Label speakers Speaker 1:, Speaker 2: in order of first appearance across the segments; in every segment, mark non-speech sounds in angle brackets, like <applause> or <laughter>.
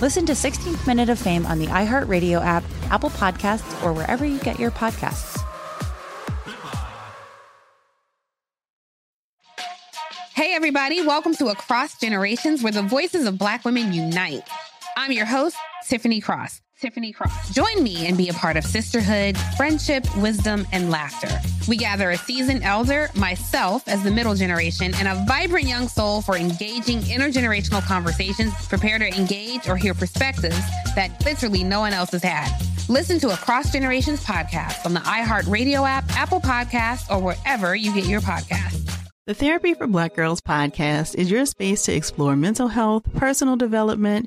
Speaker 1: Listen to 16th Minute of Fame on the iHeartRadio app, Apple Podcasts, or wherever you get your podcasts.
Speaker 2: Hey, everybody, welcome to Across Generations, where the voices of Black women unite. I'm your host, Tiffany Cross. Tiffany Cross. Join me and be a part of sisterhood, friendship, wisdom, and laughter. We gather a seasoned elder, myself as the middle generation, and a vibrant young soul for engaging intergenerational conversations. Prepare to engage or hear perspectives that literally no one else has had. Listen to a Cross Generations podcast on the iHeartRadio app, Apple Podcasts, or wherever you get your podcasts.
Speaker 3: The Therapy for Black Girls podcast is your space to explore mental health, personal development,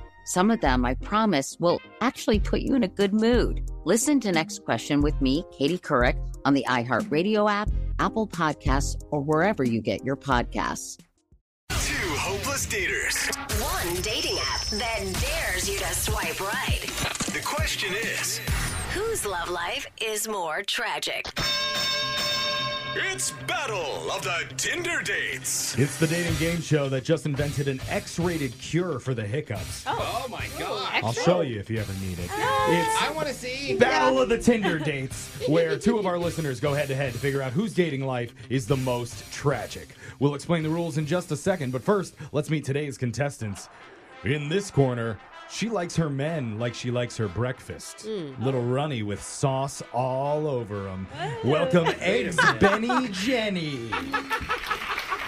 Speaker 4: Some of them, I promise, will actually put you in a good mood. Listen to Next Question with me, Katie Couric, on the iHeartRadio app, Apple Podcasts, or wherever you get your podcasts.
Speaker 5: Two hopeless daters.
Speaker 6: One dating app that dares you to swipe right.
Speaker 5: The question is
Speaker 6: Whose love life is more tragic?
Speaker 5: It's Battle of the Tinder Dates.
Speaker 7: It's the dating game show that just invented an X-rated cure for the hiccups.
Speaker 5: Oh, my God.
Speaker 7: I'll show you if you ever need it. It's
Speaker 8: I want to see.
Speaker 7: Battle of the Tinder Dates, where
Speaker 5: <laughs>
Speaker 7: two of our listeners go head to head to figure out whose dating life is the most tragic. We'll explain the rules in just a second, but first, let's meet today's contestants. In this corner, she likes her men like she likes her breakfast.
Speaker 5: Hmm.
Speaker 7: Little runny with sauce all over him.
Speaker 5: <laughs>
Speaker 7: Welcome, Eggs Benny Jenny.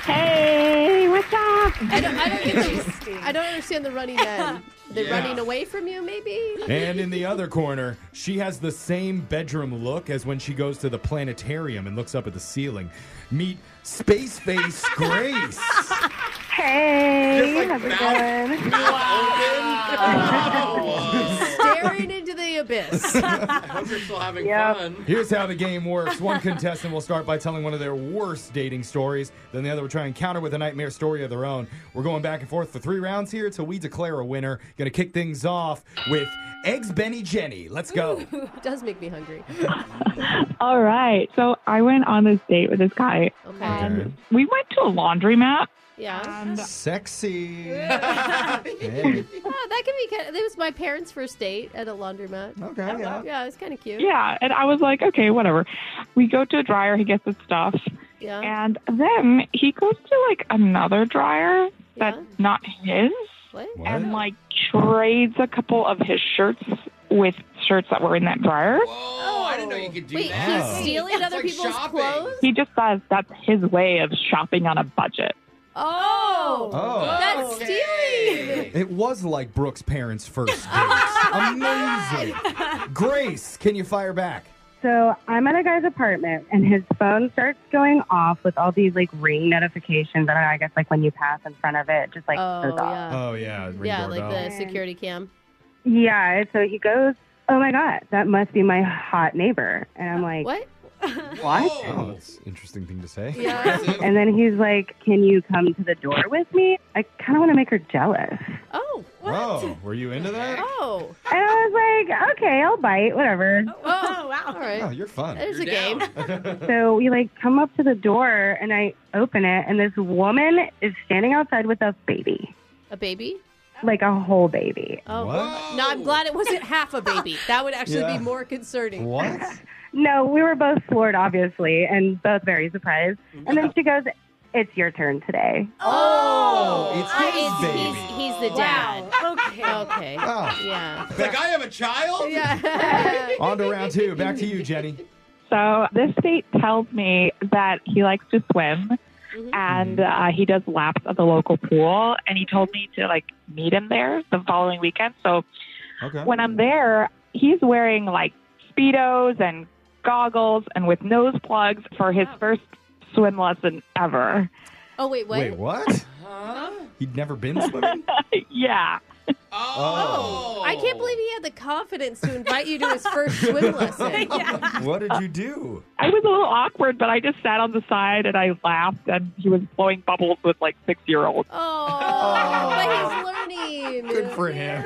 Speaker 9: Hey, what's up?
Speaker 10: I don't, I don't get the, I don't understand the running men. They're
Speaker 7: Yeah.
Speaker 10: running away from you, maybe.
Speaker 7: <laughs> And in the other corner, she has the same bedroom look as when she goes to the planetarium and looks up at the ceiling. Meet Space
Speaker 8: <laughs>
Speaker 7: Face Grace.
Speaker 9: Hey,
Speaker 8: Just like
Speaker 9: how's
Speaker 8: that.
Speaker 9: it going?
Speaker 10: Staring into the abyss.
Speaker 8: I hope you're still having
Speaker 9: Yep.
Speaker 8: fun.
Speaker 7: Here's how the game works. One contestant will start by telling one of their worst dating stories. Then the other will try and counter with a nightmare story of their own. We're going back and forth for three rounds here till we declare a winner. Gonna kick things off with Eggs Benny Jenny. Let's go.
Speaker 10: <laughs> does make me hungry.
Speaker 9: <laughs> All right. So I went on this date with this guy.
Speaker 10: Okay.
Speaker 7: Okay.
Speaker 9: And um, we went to a laundromat.
Speaker 10: Oh, Yeah.
Speaker 9: And <laughs>
Speaker 7: Sexy. Hey.
Speaker 10: <laughs> Oh, that can be kind of. It was my parents' first date at a laundromat.
Speaker 7: Okay, yeah.
Speaker 10: Yeah, it's kind of cute.
Speaker 9: yeah, and I was like, okay, whatever. We go to a dryer, he gets his stuff.
Speaker 10: Yeah.
Speaker 9: And then he goes to like another dryer that's
Speaker 10: Yeah.
Speaker 9: not his
Speaker 10: What?
Speaker 7: What?
Speaker 9: and like trades a couple of his shirts with shirts that were in that dryer.
Speaker 8: Whoa, I didn't know you could do
Speaker 10: Wait,
Speaker 8: that.
Speaker 7: Wow.
Speaker 10: he's stealing
Speaker 8: That's
Speaker 10: other
Speaker 8: like
Speaker 10: people's
Speaker 8: shopping.
Speaker 10: clothes?
Speaker 9: He just says that's his way
Speaker 11: <laughs>
Speaker 9: of shopping on a budget.
Speaker 10: Oh.
Speaker 7: Oh.
Speaker 10: That's
Speaker 8: Okay.
Speaker 7: It was like Brooke's parents' first
Speaker 8: <laughs>
Speaker 7: date. Amazing. Grace, can you fire back?
Speaker 12: So I'm at a guy's apartment, and his phone starts going off with all these like ring notifications. I don't know. I guess like when you pass in front of it, just like
Speaker 10: Oh,
Speaker 12: goes off.
Speaker 10: yeah.
Speaker 7: Oh yeah, ring
Speaker 10: yeah,
Speaker 7: doorbell.
Speaker 10: like the security <laughs> cam.
Speaker 12: Yeah. and So he goes, "Oh my god, that must be my hot neighbor," and I'm like,
Speaker 10: What?
Speaker 7: Oh,
Speaker 8: Whoa.
Speaker 7: that's an interesting thing to say.
Speaker 10: Yeah.
Speaker 12: And then he's like, "Can you come to the door with me?" I kind of want to make her jealous.
Speaker 10: <laughs> Oh.
Speaker 7: What? Whoa, were you into that?
Speaker 10: Oh.
Speaker 12: And I was like, okay, I'll bite, whatever.
Speaker 10: Oh, wow. All right.
Speaker 7: Oh, you're fun.
Speaker 10: There's a game.
Speaker 7: <laughs>
Speaker 12: So we like come up to the door and I open it, and this woman is standing outside with a baby,
Speaker 10: A baby?
Speaker 12: like a whole baby.
Speaker 10: Oh. No, I'm glad it wasn't half a baby. That would actually
Speaker 12: Yeah.
Speaker 10: be more concerning.
Speaker 7: What?
Speaker 10: <laughs>
Speaker 12: No, we were both floored, obviously, and both very surprised. And then she goes, It's your turn today.
Speaker 10: Oh,
Speaker 7: it's
Speaker 10: he's, he's the dad. Okay. Okay.
Speaker 7: Wow.
Speaker 10: Yeah.
Speaker 8: It's like I have a child.
Speaker 10: Yeah. <laughs>
Speaker 7: On to round two. Back to you, Jenny.
Speaker 11: So this date tells me that he likes to swim and uh, he does laps at the local pool. And he told me to like meet him there the following weekend. So
Speaker 7: Okay.
Speaker 11: when I'm there, he's wearing like speedos and goggles and with nose plugs for his first swim lesson ever.
Speaker 10: Oh wait, what?
Speaker 7: Wait, what? He'd never been
Speaker 8: <laughs>
Speaker 7: swimming?
Speaker 11: yeah.
Speaker 10: Oh. I can't believe he had the confidence to invite you to his
Speaker 7: <laughs>
Speaker 10: first swim lesson.
Speaker 7: What did you do?
Speaker 11: I was a little awkward, but I just sat on the side and I laughed, and he was blowing bubbles with like six year olds.
Speaker 10: Oh, but he's Oh, learning.
Speaker 7: Good for him.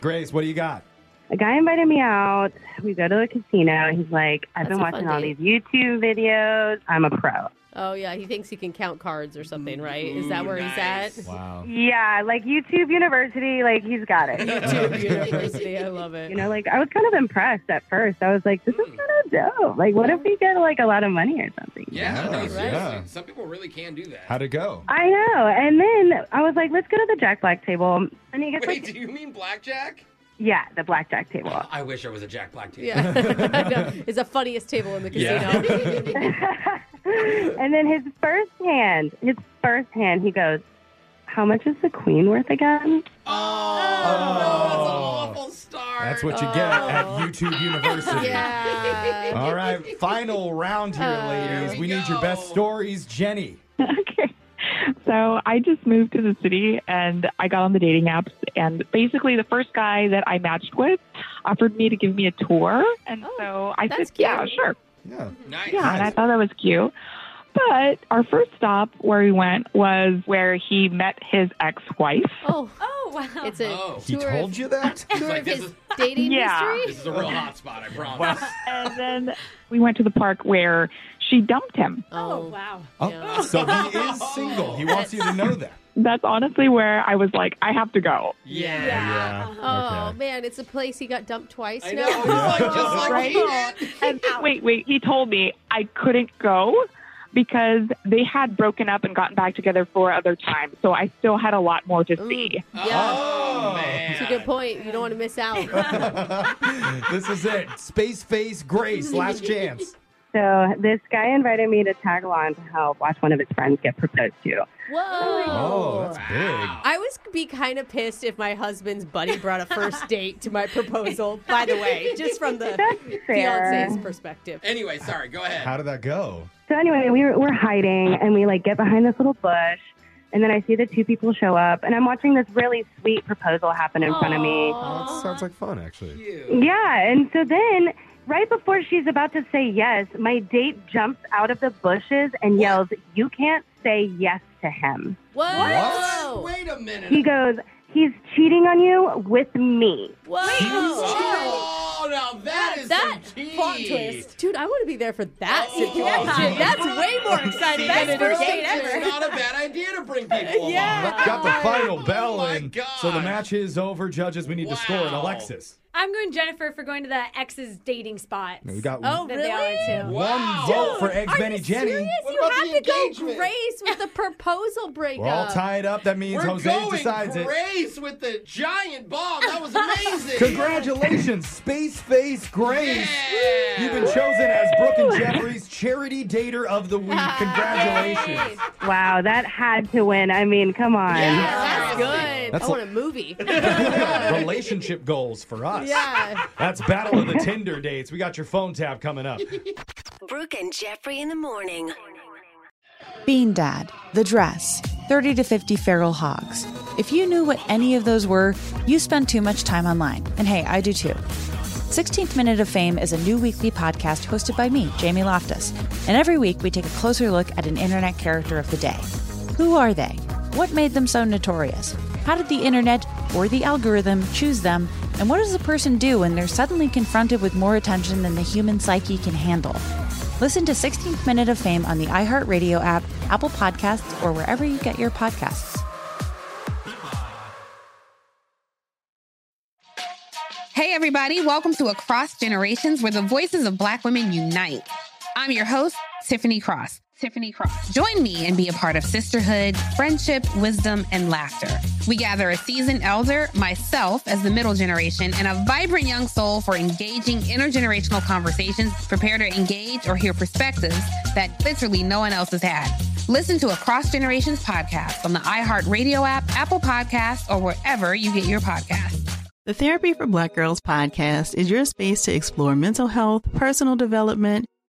Speaker 7: Grace, what do you got?
Speaker 12: A guy invited me out. We go to the casino. He's like, I've
Speaker 10: That's
Speaker 12: been
Speaker 10: a fun
Speaker 12: watching all
Speaker 10: date.
Speaker 12: these YouTube videos. I'm a pro.
Speaker 10: Oh yeah, he thinks he can count cards or something, right? Is that where he's at?
Speaker 7: Wow.
Speaker 12: Yeah, like YouTube University, like he's got
Speaker 10: <laughs>
Speaker 12: it.
Speaker 10: YouTube University, I love it.
Speaker 12: You know, like I was kind of impressed at first. I was like, this is kind of dope. Like, what if we get like a lot of money or something?
Speaker 8: Yeah,
Speaker 7: Yeah,
Speaker 8: no, seriously.
Speaker 7: yeah.
Speaker 8: Some people really can do that.
Speaker 7: How'd it go?
Speaker 12: I know. And then I was like, let's go to the Jack Black table. And he
Speaker 8: Wait,
Speaker 12: gets like,
Speaker 8: do you mean blackjack?
Speaker 12: yeah, the blackjack table.
Speaker 8: I wish I was a Jack Black too. <laughs>
Speaker 10: Yeah. <laughs> I know. it's the funniest table in the
Speaker 8: Yeah.
Speaker 10: casino.
Speaker 12: <laughs> and then his first hand, his first hand, he goes, how much is the queen worth again?
Speaker 7: Oh. That's what you get at YouTube University.
Speaker 12: <laughs>
Speaker 10: Yeah.
Speaker 7: All right, final round here,
Speaker 11: Uh,
Speaker 7: ladies.
Speaker 11: Here
Speaker 7: We need your best stories, Jenny.
Speaker 11: So I just moved to the city and I got on the dating apps. And basically, the first guy that I matched with offered me to give me a tour. And so I said,
Speaker 10: that's
Speaker 11: yeah,
Speaker 10: cute.
Speaker 11: sure.
Speaker 7: Yeah.
Speaker 11: Yeah, and I thought that was cute. But our first stop where we went was where he met his ex wife.
Speaker 10: Oh. Oh wow. It's a
Speaker 7: He
Speaker 10: tour
Speaker 7: told
Speaker 10: of,
Speaker 7: you that?
Speaker 10: tour of his dating <laughs>
Speaker 11: Yeah.
Speaker 10: history.
Speaker 8: This is a real hot spot, I promise.
Speaker 11: And then we went to the park where she dumped him.
Speaker 10: Oh, wow.
Speaker 7: Oh, So he is single. He wants you to know that.
Speaker 11: That's honestly where I was like, I have to go.
Speaker 8: Yeah.
Speaker 10: <laughs> Oh man, it's a place he got dumped twice now.
Speaker 11: right? and wait, wait. He told me I couldn't go because they had broken up and gotten back together four other times. So I still had a lot more to see.
Speaker 10: Yeah. Oh, man. It's a good point. You don't want to miss <laughs> out.
Speaker 7: <laughs> this is it. Space face Grace, last chance.
Speaker 12: So this guy invited me to tag along to help watch one of his friends get proposed to.
Speaker 10: Whoa.
Speaker 7: Oh, that's big.
Speaker 10: I was be kind of pissed if my husband's buddy brought a first date to my proposal. By the way, just from the
Speaker 12: fair.
Speaker 10: fiance's perspective.
Speaker 8: Anyway, sorry. Go ahead.
Speaker 7: How did that go?
Speaker 12: So anyway, we were, we're hiding and we like get behind this little bush. And then I see the two people show up and I'm watching this really sweet proposal happen in front of me.
Speaker 7: Oh, that sounds like fun, actually.
Speaker 12: Yeah. And so then right before she's about to say yes, my date jumps out of the bushes and yells, you can't say yes to him.
Speaker 10: What?
Speaker 8: What? Wait a minute.
Speaker 12: He goes, he's cheating on you with me.
Speaker 10: Whoa.
Speaker 8: Oh, now that is
Speaker 10: that
Speaker 8: some tea.
Speaker 10: plot twist, dude! I want to be there for that
Speaker 8: Oh,
Speaker 10: situation.
Speaker 8: yeah.
Speaker 10: That's way more exciting
Speaker 8: Best
Speaker 10: than a
Speaker 8: first
Speaker 10: date
Speaker 8: date
Speaker 10: ever.
Speaker 8: It's not a bad idea to bring
Speaker 10: <laughs>
Speaker 8: people along.
Speaker 7: That got the final
Speaker 8: Oh
Speaker 7: bell in. So the match is over. Judges, we need to score an
Speaker 8: Wow.
Speaker 7: Alexis.
Speaker 13: I'm going Jennifer for going to the ex's dating spots.
Speaker 7: We got
Speaker 10: Oh,
Speaker 13: that They all went to.
Speaker 7: one vote for Eggs Benny Jenny.
Speaker 10: Serious? You have to go Grace with the proposal breakup.
Speaker 7: We're all tied up. That means
Speaker 8: We're
Speaker 7: Jose
Speaker 8: going
Speaker 7: decides it.
Speaker 8: Grace with the giant bomb. That was amazing.
Speaker 7: Congratulations, Space Face Grace. You've been chosen as Brooke and Jeffrey's Charity Dater of
Speaker 10: <laughs>
Speaker 7: the Week. Congratulations.
Speaker 12: Wow, that had to win. I mean, come on.
Speaker 10: That's good.
Speaker 7: That's
Speaker 10: I
Speaker 7: a-
Speaker 10: want a
Speaker 7: <laughs>
Speaker 10: movie.
Speaker 7: Relationship goals for us.
Speaker 10: yeah.
Speaker 7: That's Battle of the Tinder Dates. We got your phone tab coming up.
Speaker 6: Brooke and Jeffrey in the morning.
Speaker 1: Bean Dad, The Dress, 30 to 50 Feral Hogs. If you knew what any of those were, you spend too much time online. And hey, I do too. 16th Minute of Fame is a new weekly podcast hosted by me, Jamie Loftus. And every week we take a closer look at an internet character of the day. Who are they? What made them so notorious? How did the internet or the algorithm choose them? And what does a person do when they're suddenly confronted with more attention than the human psyche can handle? Listen to 16th Minute of Fame on the iHeartRadio app, Apple Podcasts, or wherever you get your podcasts.
Speaker 2: Hey, everybody, welcome to Across Generations, where the voices of Black women unite. I'm your host, Tiffany Cross. Tiffany Cross. Join me and be a part of sisterhood, friendship, wisdom, and laughter. We gather a seasoned elder, myself as the middle generation, and a vibrant young soul for engaging intergenerational conversations, prepare to engage or hear perspectives that literally no one else has had. Listen to Across Generations podcast on the iHeartRadio app, Apple Podcasts, or wherever you get your podcasts.
Speaker 3: The Therapy for Black Girls podcast is your space to explore mental health, personal development,